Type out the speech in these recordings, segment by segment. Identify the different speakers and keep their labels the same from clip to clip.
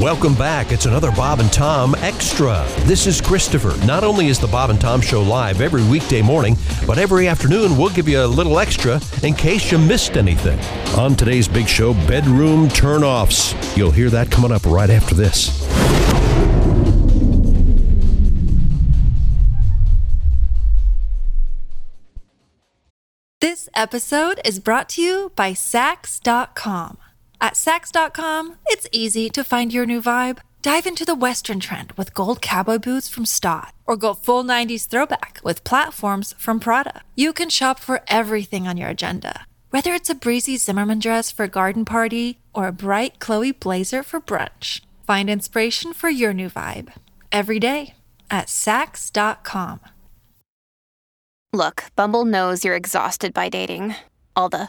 Speaker 1: Welcome back. It's another Bob and Tom Extra. This is Christopher. Not only is the Bob and Tom Show live every weekday morning, but every afternoon we'll give you a little extra in case you missed anything. On today's big show, bedroom turnoffs. You'll hear that coming up right after this.
Speaker 2: This episode is brought to you by Sax.com. At Sax.com, it's easy to find your new vibe. Dive into the Western trend with gold cowboy boots from Stott, or go full 90s throwback with platforms from Prada. You can shop for everything on your agenda, whether it's a breezy Zimmerman dress for a garden party or a bright Chloe blazer for brunch. Find inspiration for your new vibe every day at Sax.com.
Speaker 3: Look, Bumble knows you're exhausted by dating. All the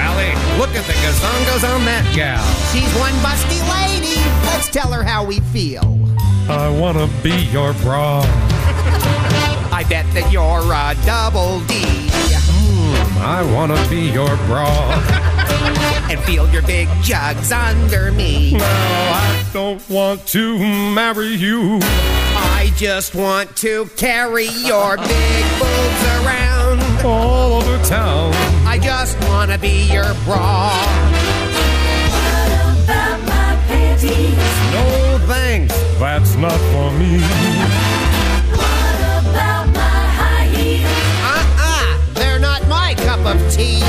Speaker 4: Allie, look at the gazongas on that gal.
Speaker 5: She's one busty lady. Let's tell her how we feel.
Speaker 4: I wanna be your bra.
Speaker 5: I bet that you're a double D
Speaker 4: Hmm, I wanna be your bra.
Speaker 5: and feel your big jugs under me.
Speaker 4: I don't want to marry you.
Speaker 5: I just want to carry your big boobs around.
Speaker 4: All over town.
Speaker 5: I just wanna be your bra.
Speaker 4: No thanks, that's not for me.
Speaker 5: Uh-uh, they're not my cup of tea.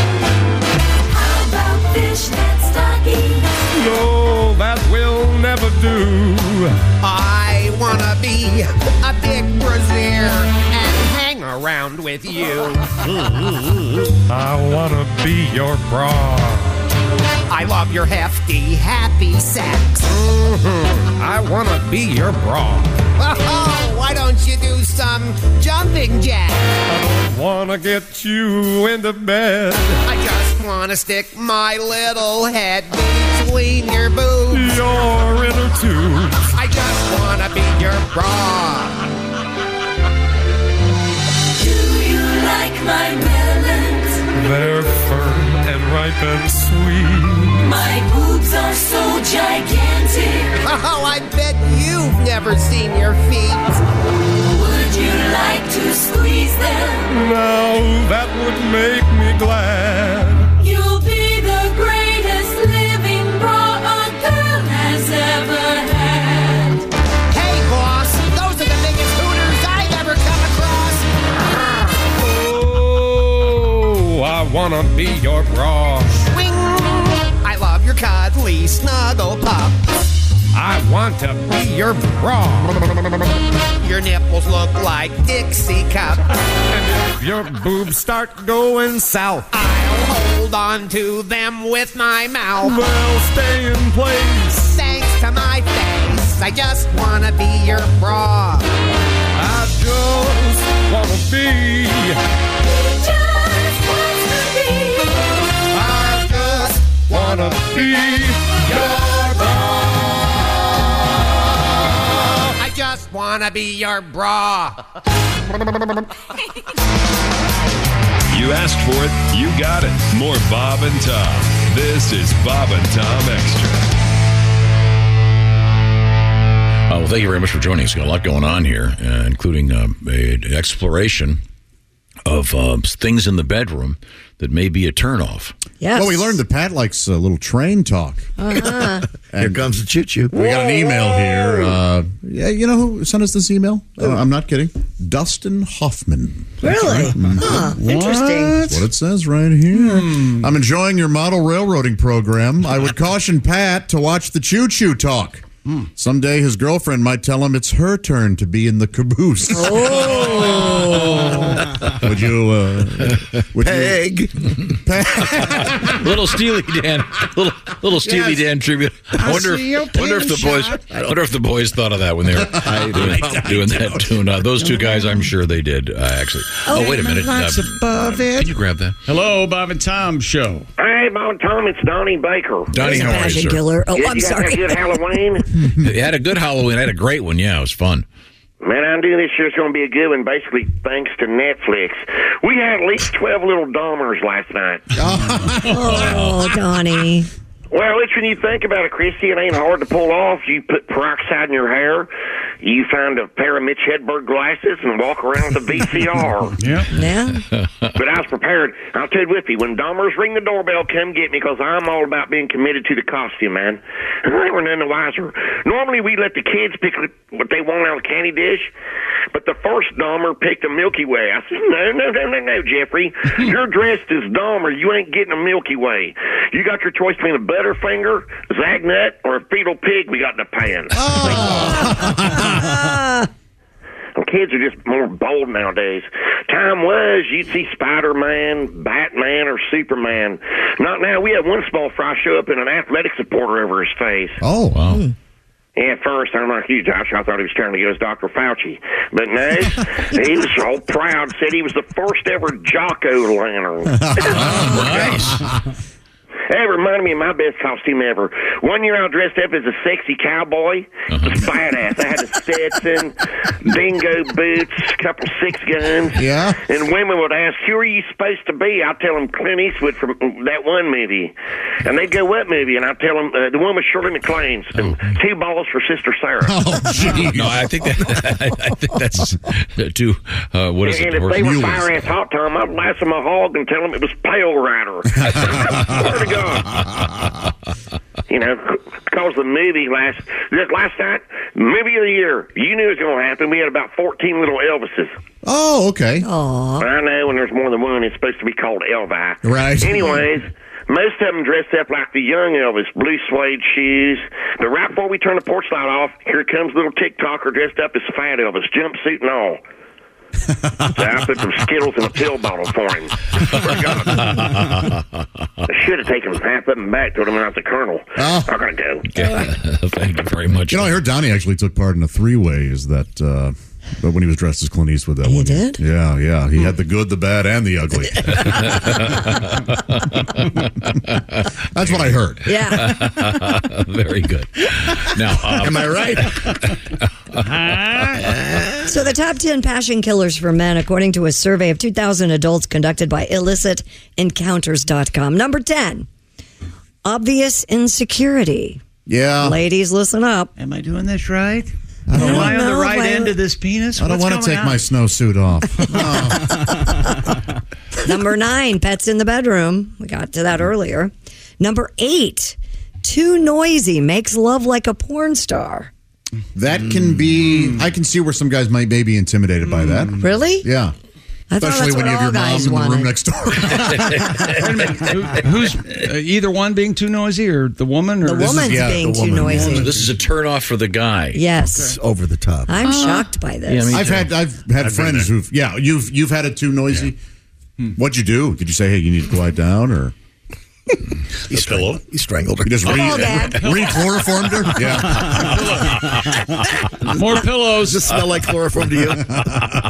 Speaker 4: No, that will never do.
Speaker 5: I wanna be a big brazier and hang around with you.
Speaker 4: I wanna be your bra.
Speaker 5: I love your hefty, happy sex.
Speaker 4: Mm-hmm. I wanna be your bra.
Speaker 5: Oh, why don't you do some jumping jack?
Speaker 4: Wanna get you into bed.
Speaker 5: I just wanna stick my little head between your boobs.
Speaker 4: Your inner tube.
Speaker 5: I just wanna be your bra.
Speaker 4: They're firm and ripe and sweet.
Speaker 5: Oh, I bet you've never seen your feet.
Speaker 4: Now that would make me glad.
Speaker 5: Hey, boss, those are the biggest hooters I've ever come across. Ah,
Speaker 4: Oh, I wanna be your bra.
Speaker 5: Swing. I love your cuddly snuggle pup.
Speaker 4: I want to be your bra.
Speaker 5: Your nipples look like Dixie cup.
Speaker 4: And if your boobs start going south,
Speaker 5: I'll hold on to them with my mouth.
Speaker 4: they'll stay in place.
Speaker 5: thanks to my face. I just wanna be your bra.
Speaker 4: I just wanna be. I just wanna be your bra.
Speaker 5: Oh, I just wanna be your bra.
Speaker 6: You asked for it, you got it. More Bob and Tom. This is Bob and Tom Extra.
Speaker 7: Uh, well, thank you very much for joining us. Got a lot going on here, uh, including um, a- an uh, exploration of um, things in the bedroom that may be a turnoff.
Speaker 8: Yes.
Speaker 9: Well, we learned that Pat likes a little train talk.
Speaker 8: Uh-huh.
Speaker 10: Here comes the chit chit.
Speaker 9: We got an email here. Uh, yeah, you know who sent us this email? Uh, I'm not kidding. Dustin Hoffman.
Speaker 8: Really? Huh. Interesting. Hmm.
Speaker 9: That's what it says right here. I'm enjoying your model railroading program. I would caution Pat to watch the choo choo talk.
Speaker 8: Hmm.
Speaker 9: Someday his girlfriend might tell him it's her turn to be in the caboose.
Speaker 8: Oh.
Speaker 9: would you? Uh, would you?
Speaker 10: Peg.
Speaker 7: little Steely Dan, little little Steely
Speaker 10: Yes.
Speaker 7: Dan tribute. I wonder,
Speaker 10: see your
Speaker 7: if, wonder if the
Speaker 10: pin
Speaker 7: boys,
Speaker 10: shot.
Speaker 7: I wonder if the boys thought of that when they were doing, doing that tune. Uh, those two guys, I'm sure they did. Uh, actually. Oh, wait a minute.
Speaker 10: lights above it.
Speaker 7: Can you grab that,
Speaker 11: Hello, Bob and Tom Show.
Speaker 4: Hey, Bob and Tom, it's Donnie Baker.
Speaker 7: Donnie? How are you,
Speaker 8: Passion
Speaker 7: sir?
Speaker 8: killer. Oh,
Speaker 4: You-
Speaker 8: I'm
Speaker 4: you guys
Speaker 8: sorry.
Speaker 4: Have a good Halloween.
Speaker 7: You had a good Halloween. I had a great one. Yeah, it was fun.
Speaker 4: Man, I knew this year's going to be a good one, basically thanks to Netflix. We had at least 12 little Dahmers last night.
Speaker 8: Oh, Donnie.
Speaker 4: Well, it's when you think about it, Christy, it ain't hard to pull off. You put peroxide in your hair, you find a pair of Mitch Hedberg glasses, and walk around with a VCR.
Speaker 11: Yeah.
Speaker 8: Yeah.
Speaker 4: But I was prepared. I'll tell you, Whippy, when Dahmers ring the doorbell, come get me because I'm all about being committed to the costume, man. And they were none the wiser. Normally, we let the kids pick what they want out of the candy dish, but the first Dahmer picked a Milky Way. I said, no, no, no, no, no, Jeffrey. You're dressed as Dahmer. You ain't getting a Milky Way. You got your choice between a Butterfinger, Zagnut, or a fetal pig we got in the pan. And kids are just more bold nowadays. Time was you'd see Spider Man, Batman, or Superman. Not now. We had one small fry show up and an athletic supporter over his face.
Speaker 9: Oh, wow.
Speaker 4: And at first, I'm like you, Josh. I thought he was trying to get us Dr. Fauci. But no, he was all proud, said he was the first ever Jocko Lantern.
Speaker 7: Nice.
Speaker 4: That reminded me of my best costume ever. One year I dressed up as a sexy cowboy.
Speaker 7: Uh-huh.
Speaker 4: It was badass. I had a Stetson, dingo boots, couple six guns.
Speaker 9: Yeah.
Speaker 4: And women would ask, "Who are you supposed to be?" I tell them Clint Eastwood from that one movie, and they'd go, "What movie?" And I tell them uh, the one with Shirley MacLaine's and
Speaker 7: Oh.
Speaker 4: two balls for Sister Sarah.
Speaker 7: no, I think that, I think that's too. Uh, what is
Speaker 4: and
Speaker 7: it?
Speaker 4: if
Speaker 7: Horse
Speaker 4: they were
Speaker 7: mules.
Speaker 4: fire ass hot time, I'd lasso my hog and tell them it was Pale Rider. Swear to God. You know, because the movie last this last night, movie of the year, you knew it was going to happen. We had about fourteen little Elvises.
Speaker 9: Oh, okay.
Speaker 4: I know when there's more than one, it's supposed to be called Elvi.
Speaker 9: Right.
Speaker 4: Anyways, most of them dressed up like the young Elvis, blue suede shoes. But right before we turn the porch light off, here comes little TikToker dressed up as Fat Elvis, jumpsuit and all. so I put some Skittles in a pill bottle for him. Swear to God. I should have taken half of them back to him when I was a colonel. I'm going to go.
Speaker 7: Okay. Thank you very much.
Speaker 9: You know, I heard Donnie actually took part in a three-way. Is that? Uh, but when he was dressed as Clint Eastwood, that
Speaker 8: He
Speaker 9: one
Speaker 8: did?
Speaker 9: Yeah, yeah. He had the good, the bad, and the ugly. That's what I heard.
Speaker 8: Yeah.
Speaker 7: very good. Now,
Speaker 10: Am
Speaker 7: um,
Speaker 10: I right?
Speaker 8: So, the top 10 passion killers for men, according to a survey of 2,000 adults conducted by illicitencounters.com. Number 10, obvious insecurity.
Speaker 9: Yeah.
Speaker 8: Ladies, listen up.
Speaker 11: Am I doing this right?
Speaker 9: I don't,
Speaker 11: Am
Speaker 9: want,
Speaker 11: I on
Speaker 8: know
Speaker 11: the right
Speaker 8: if I-
Speaker 11: end of this penis?
Speaker 9: I don't
Speaker 11: What's
Speaker 9: want to
Speaker 11: going
Speaker 9: take
Speaker 11: on?
Speaker 9: my snowsuit off.
Speaker 8: Number nine, pets in the bedroom. We got to that earlier. Number eight, too noisy, makes love like a porn star.
Speaker 9: that can be. I can see where some guys might may be intimidated by that.
Speaker 8: Mm. Really?
Speaker 9: Yeah.
Speaker 8: I thought
Speaker 9: Especially
Speaker 8: that's
Speaker 9: when
Speaker 8: what
Speaker 9: you have
Speaker 8: all
Speaker 9: your mom
Speaker 8: guys
Speaker 9: in the
Speaker 8: wanted.
Speaker 9: room next door.
Speaker 11: Wait a minute. Who- Who's uh, either one being too noisy or the woman? Or
Speaker 8: the
Speaker 11: this is-
Speaker 8: woman's
Speaker 9: yeah, the
Speaker 8: being too
Speaker 9: woman.
Speaker 8: noisy.
Speaker 7: this is a turnoff for the guy.
Speaker 8: Yes.
Speaker 10: Over the top.
Speaker 8: I'm shocked by this.
Speaker 7: me
Speaker 9: I've had I've had friends who've yeah you've you've had it too noisy.
Speaker 11: Hmm.
Speaker 9: What'd you do? Did you say hey you need to quiet down or
Speaker 10: He strangled. He strangled her.
Speaker 9: you
Speaker 11: Oh,
Speaker 9: just
Speaker 8: Hello, Dad.
Speaker 9: re chloroformed her? Yeah.
Speaker 11: More pillows.
Speaker 10: Does it smell like chloroform to you?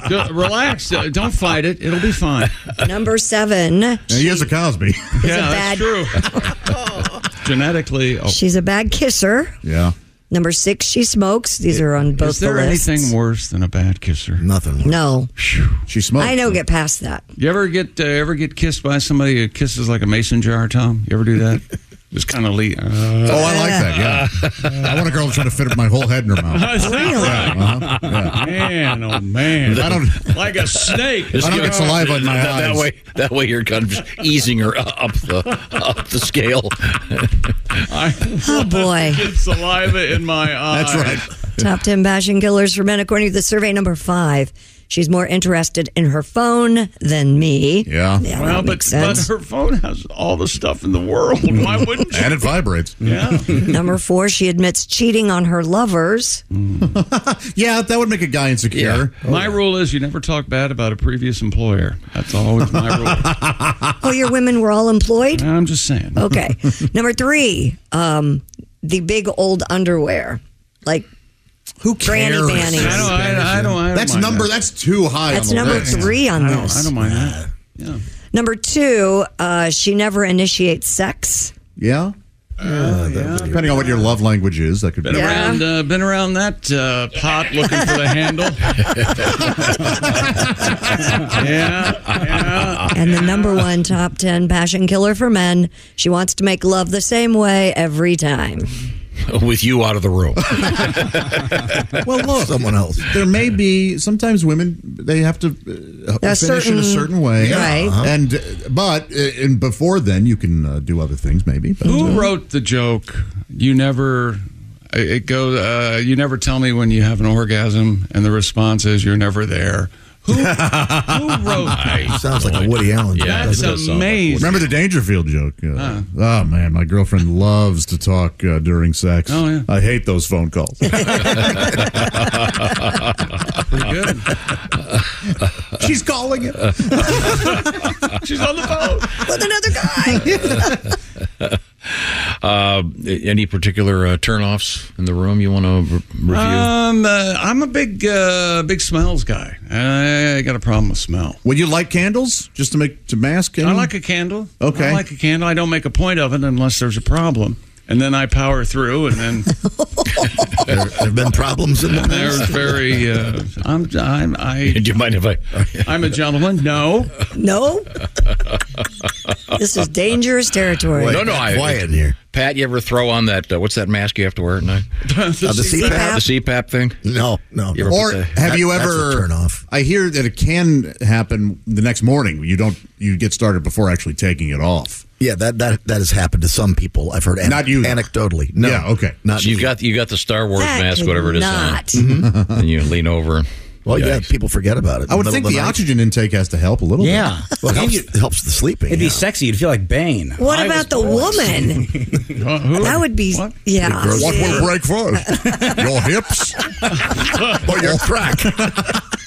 Speaker 11: D- Relax. Uh, Don't fight it. It'll be fine.
Speaker 8: Number seven,
Speaker 9: Now, he is a Cosby.
Speaker 11: yeah,
Speaker 8: bad-
Speaker 11: that's true. Genetically. Oh.
Speaker 8: she's a bad kisser.
Speaker 9: yeah.
Speaker 8: Number six, she smokes. These are on both
Speaker 11: Is there
Speaker 8: the lists.
Speaker 11: anything worse than a bad kisser?
Speaker 10: Nothing.
Speaker 8: no,
Speaker 9: She smoked.
Speaker 8: I know. Get past that.
Speaker 11: You ever get uh, ever get kissed by somebody who kisses like a mason jar, Tom? You ever do that? Just kind of le- uh,
Speaker 9: Oh, I like that. Yeah, I want a girl to try to fit my whole head in her mouth. Yeah, uh-huh, yeah.
Speaker 11: Man, oh man!
Speaker 9: I don't
Speaker 11: like a snake.
Speaker 9: I don't get saliva in my
Speaker 7: that, That
Speaker 9: eyes.
Speaker 7: way, that way, you're kind of just easing her up the up the scale.
Speaker 8: Oh boy.
Speaker 11: Get saliva in my eye.
Speaker 9: That's right.
Speaker 8: Top 10 bashing killers for men, according to the survey number five. She's more interested in her phone than me.
Speaker 9: Yeah.
Speaker 8: Yeah,
Speaker 11: Well,
Speaker 8: that
Speaker 11: but,
Speaker 8: makes
Speaker 11: but
Speaker 8: sense.
Speaker 11: her phone has all the stuff in the world. Why wouldn't you?
Speaker 9: And it vibrates.
Speaker 11: Yeah.
Speaker 8: number four, she admits cheating on her lovers.
Speaker 9: Yeah, that would make a guy insecure. Oh.
Speaker 11: My rule is you never talk bad about a previous employer. That's always my rule.
Speaker 8: Oh, your women were all employed?
Speaker 11: I'm just saying.
Speaker 8: Okay. number three, um, the big old underwear. Like,
Speaker 9: Who
Speaker 8: Granny
Speaker 9: cares?
Speaker 8: panties.
Speaker 11: I don't, I, I don't, I don't
Speaker 9: That's
Speaker 11: mind
Speaker 9: number.
Speaker 11: That.
Speaker 9: That's too high.
Speaker 8: that's
Speaker 9: on the
Speaker 8: number
Speaker 9: list.
Speaker 8: three on
Speaker 11: I don't,
Speaker 8: this.
Speaker 11: I don't mind that. Yeah.
Speaker 8: Number two, uh, she never initiates sex.
Speaker 9: Yeah. Depending on what your love language is, that could be.
Speaker 11: Oh, Been around, uh, been around that uh, pot looking for the handle. yeah, yeah.
Speaker 8: And the number one top 10 passion killer for men, she wants to make love the same way every time.
Speaker 7: With you out of the room,
Speaker 9: Well, look,
Speaker 10: Someone else.
Speaker 9: There may be sometimes women they have to uh,
Speaker 8: A
Speaker 9: finish in
Speaker 8: certain-
Speaker 9: a certain way,
Speaker 8: Yeah, Right. uh-huh.
Speaker 9: And uh, but uh, and before then, you can uh, do other things, maybe. But,
Speaker 11: Who
Speaker 9: uh,
Speaker 11: wrote the joke? You never. It goes. Uh, you never tell me when you have an orgasm, and the response is you're never there. Who, who wrote that?
Speaker 10: Sounds like a Woody Allen. joke,
Speaker 11: That's
Speaker 10: doesn't it?
Speaker 11: amazing.
Speaker 9: Remember the Dangerfield joke? Uh, Oh man, my girlfriend loves to talk uh, during sex.
Speaker 11: Oh, yeah.
Speaker 9: I hate those phone calls.
Speaker 11: Pretty good.
Speaker 9: She's calling it.
Speaker 11: She's on the phone.
Speaker 8: With another guy.
Speaker 7: uh, any particular uh, turnoffs in the room you want to re- review?
Speaker 11: Um, uh, I'm a big, uh, big smells guy. Uh, I got a problem with smell.
Speaker 9: Would you light candles just to make to mask?
Speaker 11: I
Speaker 9: any-
Speaker 11: like a candle.
Speaker 9: Mm. Okay.
Speaker 11: I like a candle. I don't make a point of it unless there's a problem. And then I power through, and then
Speaker 10: There have been problems in the past.
Speaker 11: they're very. Uh, I'm, I'm, I,
Speaker 7: Do you mind if I?
Speaker 11: I'm a gentleman. No,
Speaker 8: No. This is dangerous territory.
Speaker 10: Wait,
Speaker 7: No, no, I-
Speaker 10: quiet here.
Speaker 7: Pat, you ever throw on that? Uh, what's that mask you have to wear at night?
Speaker 10: Uh, the
Speaker 7: The
Speaker 10: CPAP?
Speaker 7: CPAP thing.
Speaker 10: No, no.
Speaker 7: You ever
Speaker 9: Or
Speaker 7: put
Speaker 9: have
Speaker 10: That-
Speaker 9: you
Speaker 10: that's a
Speaker 9: ever
Speaker 10: turnoff.
Speaker 9: I hear that it can happen the next morning. You don't you get started before actually taking it off.
Speaker 10: yeah, that, that that has happened to some people. I've heard an-
Speaker 9: Not you, though.
Speaker 10: anecdotally. No,
Speaker 9: Yeah, okay.
Speaker 10: Not
Speaker 7: So you
Speaker 10: me.
Speaker 7: got you got the Star Wars
Speaker 8: That
Speaker 7: mask,
Speaker 8: would
Speaker 7: whatever it is, on.
Speaker 8: Not.
Speaker 7: and you lean over.
Speaker 10: Well, yeah,
Speaker 7: Yikes.
Speaker 10: people forget about it.
Speaker 9: I would
Speaker 10: Middle
Speaker 9: think
Speaker 10: of
Speaker 9: the
Speaker 10: night.
Speaker 9: oxygen intake has to help a little
Speaker 12: Yeah.
Speaker 9: bit.
Speaker 10: Well, it helps, it helps the sleeping.
Speaker 12: It'd
Speaker 10: yeah.
Speaker 12: be sexy. You'd feel like Bane.
Speaker 8: What
Speaker 12: I was
Speaker 8: about the
Speaker 12: born.
Speaker 8: woman?
Speaker 11: Uh, who?
Speaker 8: That would be,
Speaker 11: What?
Speaker 8: yeah.
Speaker 9: What will break first? Your hips or your crack?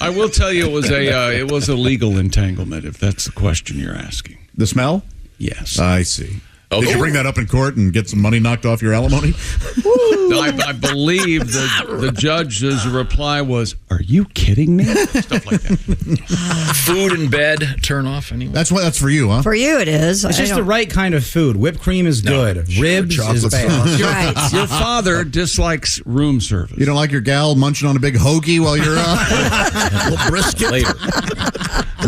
Speaker 11: I will tell you, it was a uh, it was a legal entanglement. If that's the question you're asking,
Speaker 9: The smell?
Speaker 11: yes.
Speaker 9: I see.
Speaker 7: Okay.
Speaker 9: Did you bring that up in court and get some money knocked off your alimony?
Speaker 11: I, I believe the the judge's reply was, "Are you kidding me?" Stuff like that.
Speaker 7: Food in bed, turn off anyway.
Speaker 9: That's what. That's for you, huh?
Speaker 8: For you, it
Speaker 12: It's
Speaker 8: is. I
Speaker 12: just the
Speaker 8: don't-
Speaker 12: right kind of food. Whipped cream is good. Ribs is
Speaker 10: chocolate
Speaker 12: bad.
Speaker 10: sauce.
Speaker 8: Right.
Speaker 11: Your father dislikes room service.
Speaker 9: you don't like your gal munching on a big hoagie while you're uh,
Speaker 10: Well, brisket.
Speaker 7: Later.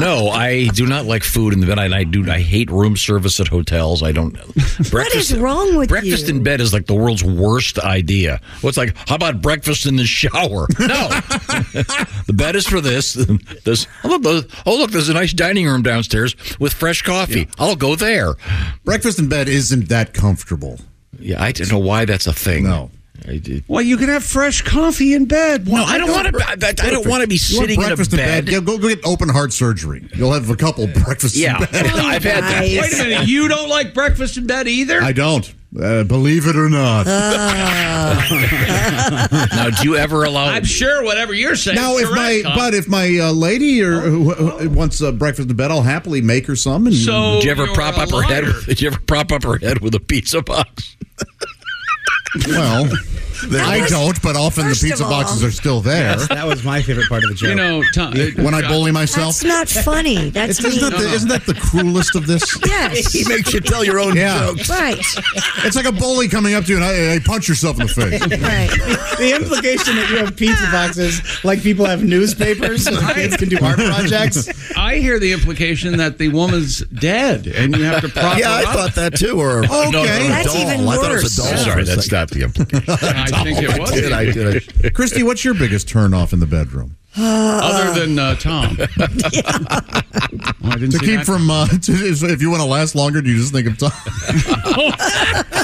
Speaker 7: no, I do not like food in the bed. And I do. I hate room service at hotels. I don't. Breakfast,
Speaker 8: wrong with
Speaker 7: breakfast
Speaker 8: you?
Speaker 7: in bed is like the world's worst idea. What's like? How about breakfast in the shower? No, the bed is for this. This. Oh look, those- oh, look, there's a nice dining room downstairs with fresh coffee. I'll go there.
Speaker 9: breakfast in bed isn't that comfortable.
Speaker 7: Yeah, I don't know why that's a thing.
Speaker 9: No.
Speaker 7: I did.
Speaker 11: Well, you can have fresh coffee in bed.
Speaker 7: No, I don't want to. I, I don't want to be
Speaker 9: You want
Speaker 7: sitting in a
Speaker 9: breakfast in
Speaker 7: bed.
Speaker 9: Yeah, go, go get open heart surgery. You'll have a couple breakfasts.
Speaker 7: Yeah,
Speaker 9: in bed.
Speaker 7: I've had that.
Speaker 8: Guys.
Speaker 11: Wait a minute, you don't like breakfast in bed either?
Speaker 9: I don't. Uh, believe it or not.
Speaker 8: Uh,
Speaker 7: Now, do you ever allow?
Speaker 11: I'm sure whatever you're saying.
Speaker 9: now,
Speaker 11: is
Speaker 9: if my
Speaker 11: correct, Tom.
Speaker 9: but if my uh, lady or who, who wants uh, breakfast in bed, I'll happily make her some. And
Speaker 11: so
Speaker 7: Did you ever
Speaker 11: you're
Speaker 7: prop
Speaker 11: a
Speaker 7: up her head?
Speaker 11: liar.
Speaker 7: With, did you ever prop up her head with a pizza box?
Speaker 9: well, I don't, but often the
Speaker 8: First of
Speaker 9: pizza
Speaker 8: all-
Speaker 9: boxes are still there.
Speaker 12: Yes, that was my favorite part of the joke.
Speaker 9: You know, Tom- uh, When I bully myself?
Speaker 8: That's not funny. That's
Speaker 9: It's-
Speaker 8: mean.
Speaker 9: isn't, that the, isn't that the cruelest of this?
Speaker 8: Yes. He makes you tell your own jokes. Right.
Speaker 9: It's like a bully coming up to you and hey, hey, punch yourself in the face.
Speaker 13: the implication that you have pizza boxes like people have newspapers and kids can do art projects.
Speaker 11: I hear the implication that the woman's dead and you have to prop
Speaker 10: Yeah,
Speaker 11: her
Speaker 10: I
Speaker 11: up.
Speaker 10: thought that too, or- Okay.
Speaker 11: Uh, No, no, no,
Speaker 10: That's
Speaker 11: doll.
Speaker 10: even I thought it was a worse. doll for
Speaker 7: Sorry,
Speaker 10: a
Speaker 7: that's
Speaker 10: second.
Speaker 7: not the implication.
Speaker 11: I think it was.
Speaker 10: did, I did.
Speaker 9: Christy, what's your biggest turnoff in the bedroom?
Speaker 11: Other than uh, Tom. Oh, I didn't
Speaker 9: to
Speaker 11: see
Speaker 9: keep
Speaker 11: that.
Speaker 9: from, uh, to, if you want to last longer, do you just think of time?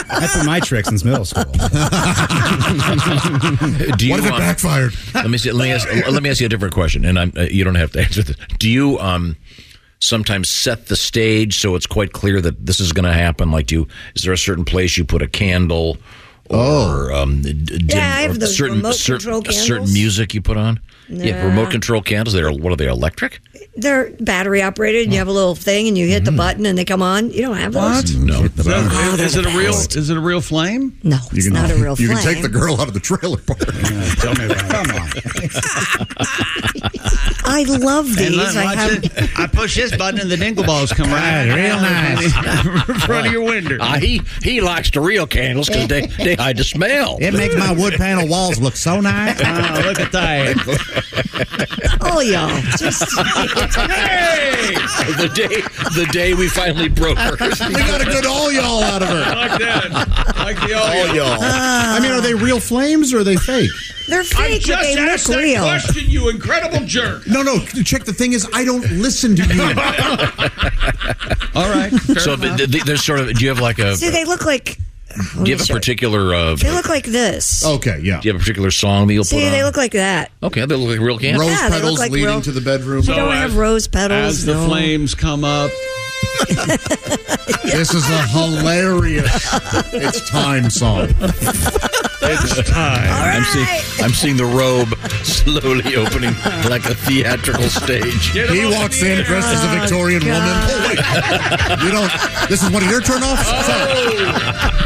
Speaker 12: That's been my trick since middle school.
Speaker 7: Do you,
Speaker 9: what if it
Speaker 7: uh,
Speaker 9: backfired?
Speaker 7: Let me see, let me ask let me ask you a different question, and I'm, uh, you don't have to answer this. Do you um, sometimes set the stage so it's quite clear that this is going to happen? Like, do you, is there a certain place you put a candle? Or
Speaker 9: Oh.
Speaker 7: um, d- dim-
Speaker 8: I have
Speaker 7: or
Speaker 8: those
Speaker 7: certain,
Speaker 8: remote
Speaker 7: cer-
Speaker 8: control
Speaker 7: a certain
Speaker 8: candles.
Speaker 7: music you put on. Yeah,
Speaker 8: Nah.
Speaker 7: remote control candles. They're what are they electric?
Speaker 8: They're battery operated, and you have a little thing, and you hit
Speaker 11: Hmm.
Speaker 8: the button, and they come on. You don't have those.
Speaker 7: No.
Speaker 11: Is, that-
Speaker 8: Oh, they're
Speaker 11: is it
Speaker 8: the
Speaker 11: a real?
Speaker 8: best.
Speaker 11: Is it a real flame?
Speaker 8: No, it's not a real.
Speaker 9: You can
Speaker 8: flame.
Speaker 9: take the girl out of the trailer park.
Speaker 11: Tell me about it.
Speaker 8: I love these. I have.
Speaker 13: I push this button and the dingle balls
Speaker 9: Ah,
Speaker 13: come right real nice in front of your window.
Speaker 7: Ah, he he likes the real candles because they they hide the smell.
Speaker 13: It makes my wood panel walls look so nice. Oh, look at that.
Speaker 8: Oh, y'all. Just
Speaker 7: the day the day we finally broke her.
Speaker 9: We got a good all y'all out of her.
Speaker 11: like that. Like the
Speaker 9: Oh,
Speaker 7: All y'all.
Speaker 11: Ah.
Speaker 13: I mean, are they real flames or are they fake?
Speaker 8: they're fake, but they look real.
Speaker 11: you incredible jerk.
Speaker 9: No, no. Check the thing is, I don't listen to you.
Speaker 11: All right.
Speaker 7: So but th- th- there's sort of. Do you have like a?
Speaker 8: See, they look like.
Speaker 7: do you have a particular? Uh,
Speaker 8: They look like
Speaker 11: Oh,
Speaker 8: this.
Speaker 9: Okay, yeah.
Speaker 7: Do you have a particular song that you'll
Speaker 8: See,
Speaker 7: put on?
Speaker 8: they look like that.
Speaker 7: okay, they look like real candles.
Speaker 9: Rose
Speaker 8: Yeah, they look
Speaker 9: petals
Speaker 8: like
Speaker 9: leading
Speaker 8: real-
Speaker 9: to the bedroom.
Speaker 8: They don't have rose petals.
Speaker 11: As the
Speaker 8: no.
Speaker 11: flames come up,
Speaker 9: This is a hilarious It's Time song.
Speaker 11: it's time.
Speaker 7: I'm seeing, I'm seeing the robe slowly opening like a theatrical stage.
Speaker 9: He walks in dressed as a Victorian woman. Oh, wait. You don't. This is one of your turnoffs?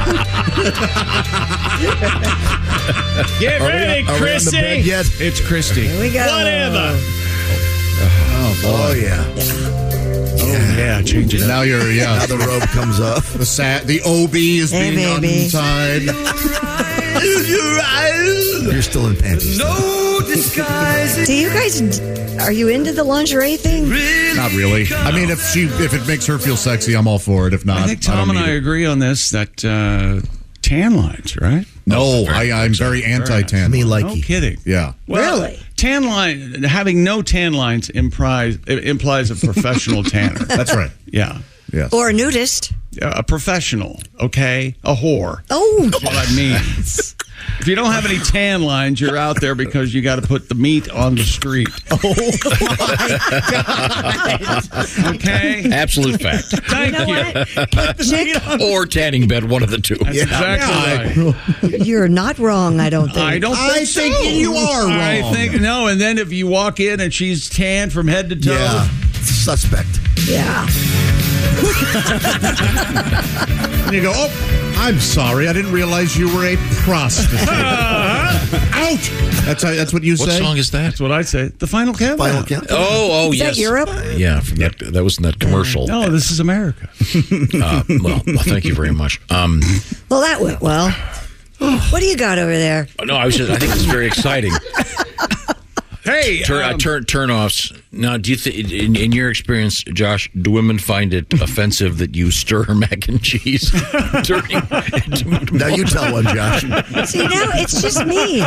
Speaker 11: Oh.
Speaker 13: Get ready,
Speaker 10: are we on the bed
Speaker 13: Christy.
Speaker 10: yet?
Speaker 11: It's Christy.
Speaker 8: Here we go.
Speaker 13: Whatever.
Speaker 10: Oh yeah.
Speaker 11: Oh, Yeah, change it.
Speaker 9: Now you're, yeah.
Speaker 10: Now the robe comes off.
Speaker 9: The sat, the OB is
Speaker 8: Hey,
Speaker 9: being
Speaker 8: baby.
Speaker 9: untied.
Speaker 10: You're still in panties.
Speaker 8: Do you guys? Are you into the lingerie thing?
Speaker 9: Not really. I mean, if she, if it makes her feel sexy, I'm all for it. If not,
Speaker 11: I think Tom
Speaker 9: don't
Speaker 11: and I
Speaker 9: need it.
Speaker 11: agree on this that uh, tan lines, right?
Speaker 9: No, I, I'm very anti-tan.
Speaker 10: Me
Speaker 11: No
Speaker 10: likey.
Speaker 11: kidding.
Speaker 9: yeah.
Speaker 8: Really?
Speaker 11: Tan line having no tan lines implies it implies a professional tanner.
Speaker 9: That's right.
Speaker 11: Yeah.
Speaker 9: Yes.
Speaker 8: Or a nudist?
Speaker 11: A professional, okay? A whore.
Speaker 8: Oh,
Speaker 11: That's what I mean. if you don't have any tan lines, you're out there because you got to put the meat on the street. Oh my God. Okay.
Speaker 7: Absolute fact.
Speaker 11: Thank you.
Speaker 7: or tanning bed, one of the two.
Speaker 11: That's exactly right.
Speaker 8: you're not wrong. I don't think.
Speaker 11: I don't think
Speaker 9: I think
Speaker 11: so.
Speaker 9: you are wrong.
Speaker 11: I think no, and then if you walk in and she's tan from head to toe,
Speaker 10: Yeah. Suspect.
Speaker 8: Yeah.
Speaker 9: And you go, oh, I'm sorry, I didn't realize you were a prostitute. Out. That's how, that's what you
Speaker 7: What
Speaker 9: say.
Speaker 7: song is that?
Speaker 11: Uh-huh. that's what I say. The final count.
Speaker 10: Final count.
Speaker 7: Oh, oh,
Speaker 8: Is
Speaker 7: yes.
Speaker 8: that Europe?
Speaker 7: Yeah, from that, that was in that commercial.
Speaker 11: No, this is America.
Speaker 7: Uh, well, well, thank you very much. Um,
Speaker 8: Well, that went well.
Speaker 11: Oh.
Speaker 8: what do you got over there?
Speaker 7: Oh, no, I was just, I think it's very exciting.
Speaker 11: Hey,
Speaker 7: Turn, uh,
Speaker 11: um,
Speaker 7: turn turnoffs. Now, do you think, in, in your experience, Josh, do women find it offensive that you stir mac and cheese during?
Speaker 10: Now you tell one, Josh.
Speaker 8: See, now it's just me.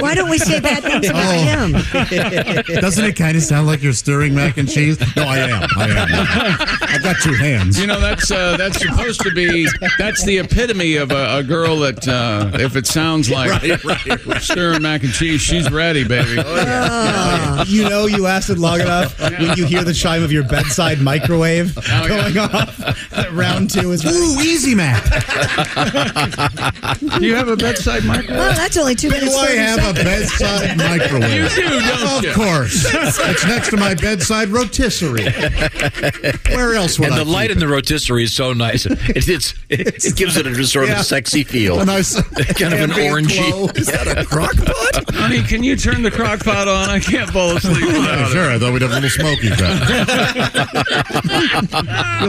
Speaker 8: Why don't we say bad things about
Speaker 9: Oh.
Speaker 8: him?
Speaker 9: Doesn't it kind of sound like you're stirring mac and cheese? No, I am. I am. I've got two hands.
Speaker 11: You know that's uh, that's supposed to be that's the epitome of a, a
Speaker 10: Oh,
Speaker 11: girl that uh, if it sounds like stirring mac and cheese, she's ready, baby.
Speaker 13: you know you lasted long enough when you hear the chime of your bedside microwave
Speaker 11: Oh,
Speaker 13: going off. Round two is ooh, easy Mac.
Speaker 11: Do you have a bedside microwave?
Speaker 8: Well, that's only two
Speaker 9: Do
Speaker 8: minutes.
Speaker 9: I
Speaker 8: 30
Speaker 9: have a
Speaker 8: seconds.
Speaker 9: bedside microwave?
Speaker 8: You do, don't
Speaker 9: Of
Speaker 8: you?
Speaker 9: course. it's next to my bedside rotisserie. Where else would
Speaker 7: and
Speaker 9: I
Speaker 7: the light in the rotisserie is so nice. It, it's, it, it gives it a sort of
Speaker 9: Yeah.
Speaker 7: sexy feel.
Speaker 9: A nice-
Speaker 7: kind of an
Speaker 9: ambient glow.
Speaker 7: orangey.
Speaker 9: Is that a crock pot?
Speaker 11: Honey, can you turn the crock pot on? I can't fall asleep.
Speaker 9: Oh, sure, I thought we'd have a little smoky time.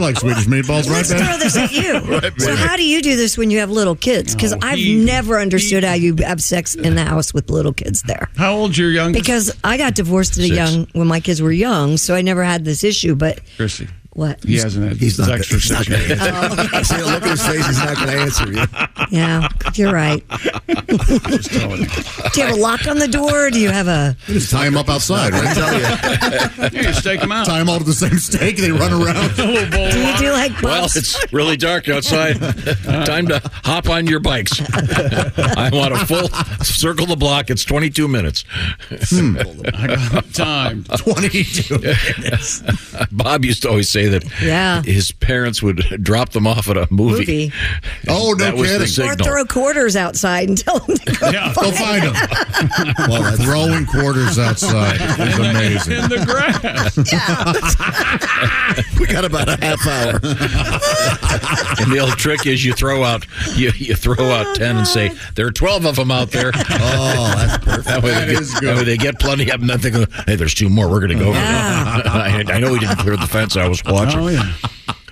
Speaker 9: you like Swedish meatballs, right,
Speaker 8: Let's
Speaker 9: Ben?
Speaker 8: throw this at you.
Speaker 9: Right,
Speaker 8: so
Speaker 9: Ben.
Speaker 8: how do you do this when you have little kids? Because I've never understood how you have sex in the house with little kids there.
Speaker 11: How old's your young?
Speaker 8: Because I got divorced at a
Speaker 11: Six.
Speaker 8: young when my kids were young, so I never had this issue. But
Speaker 11: Chrissy.
Speaker 8: what? Oh,
Speaker 11: He hasn't had
Speaker 10: He's not
Speaker 11: sex for
Speaker 10: gonna- he's not
Speaker 11: six
Speaker 10: gonna
Speaker 11: years.
Speaker 10: I see a look in his face. He's not going to answer you.
Speaker 8: Yeah, you're right. do you have a lock on the door? Do you have a?
Speaker 9: You just tie them up outside, right?
Speaker 10: I tell
Speaker 11: you. you stake them out.
Speaker 9: Tie them all to the same stake. They run around.
Speaker 8: Do you do like
Speaker 7: Well, it's really dark outside. Time to hop on your bikes. I want a full circle the block. It's 22 minutes.
Speaker 11: I got time.
Speaker 9: 22
Speaker 11: minutes.
Speaker 7: Bob used to always say that
Speaker 8: Yeah.
Speaker 7: his parents would drop them off at a movie.
Speaker 8: Movie.
Speaker 9: Oh, no
Speaker 7: that was the
Speaker 9: kidding.
Speaker 8: Or
Speaker 7: signal.
Speaker 8: throw quarters outside and tell them to go
Speaker 11: Yeah,
Speaker 9: go find them. Well, throwing quarters outside is amazing.
Speaker 11: In the grass.
Speaker 10: We got about a half hour.
Speaker 7: And the old trick is you throw out you, you throw out ten and say there are twelve of them out there.
Speaker 10: Oh, that's perfect.
Speaker 7: That way,
Speaker 9: That
Speaker 7: they get,
Speaker 9: is
Speaker 7: that
Speaker 9: good.
Speaker 7: way they get plenty of them. Then they go, hey, there's two more. We're going to go. over them." I, I know we didn't clear the fence. I was watching.
Speaker 11: Oh, yeah.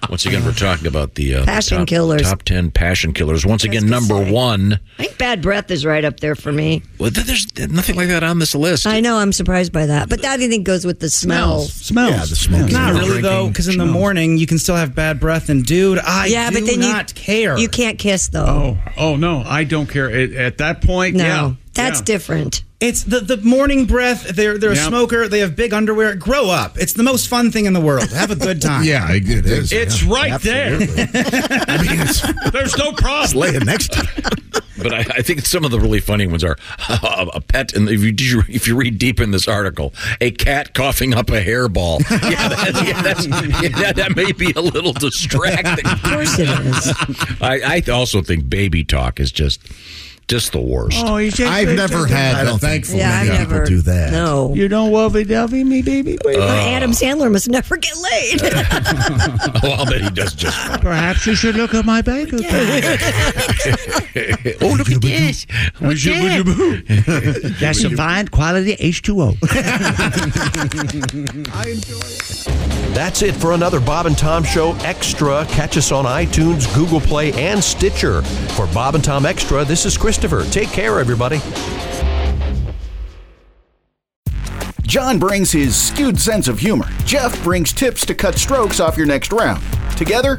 Speaker 7: Once again, we're talking about the uh,
Speaker 8: Passion
Speaker 7: top,
Speaker 8: killers.
Speaker 7: Top ten passion killers. Once again,
Speaker 8: That's
Speaker 7: number
Speaker 8: exciting.
Speaker 7: one.
Speaker 8: I think bad breath is right up there for me.
Speaker 7: Well, th- there's nothing like that on this list.
Speaker 8: I know I'm surprised by that, but that I think goes with the smells.
Speaker 10: Smells. Yeah, the smoking.
Speaker 13: Not
Speaker 10: the
Speaker 13: really
Speaker 10: drinking.
Speaker 13: though, because in the morning you can still have bad breath. And dude, I
Speaker 8: yeah,
Speaker 13: do
Speaker 8: but then
Speaker 13: not
Speaker 8: you
Speaker 13: care.
Speaker 8: You can't kiss though.
Speaker 11: Oh, oh no, I don't care. At- at that point,
Speaker 8: no,
Speaker 11: yeah,
Speaker 8: that's
Speaker 11: yeah.
Speaker 8: different.
Speaker 13: It's the, the morning breath. They're they're
Speaker 11: Yeah.
Speaker 13: a smoker. They have big underwear. Grow up. It's the most fun thing in the world. Have a good time.
Speaker 9: Yeah, it it is.
Speaker 11: It's right there.
Speaker 10: I mean, it's
Speaker 11: There's no problem.
Speaker 10: laying next to you.
Speaker 7: But I, I think some of the really funny ones are a, a pet, and if you, did you if you read deep in this article, a cat coughing up a hairball. Yeah, that's, yeah, that's, yeah, that may be a little distracting.
Speaker 8: Of course it is.
Speaker 7: I, I also think baby talk is just just the worst.
Speaker 11: Oh, he's just
Speaker 9: I've never had that.
Speaker 10: don't think-
Speaker 9: Thankfully,
Speaker 8: yeah, I
Speaker 9: many
Speaker 8: never
Speaker 10: people do that.
Speaker 8: No.
Speaker 11: You don't lovey dovey me, baby. Uh. Wait,
Speaker 8: Adam Sandler must never get laid.
Speaker 7: Oh, I'll bet he does just fine.
Speaker 11: Perhaps you should look at my bagel.
Speaker 7: Oh, look at this.
Speaker 11: That's a fine quality H2O.
Speaker 1: That's it for another Bob and Tom Show Extra. Catch us on iTunes, Google Play, and Stitcher. For Bob and Tom Extra, this is Christopher. Take care, everybody.
Speaker 14: John brings his skewed sense of humor. Jeff brings tips to cut strokes off your next round. Together,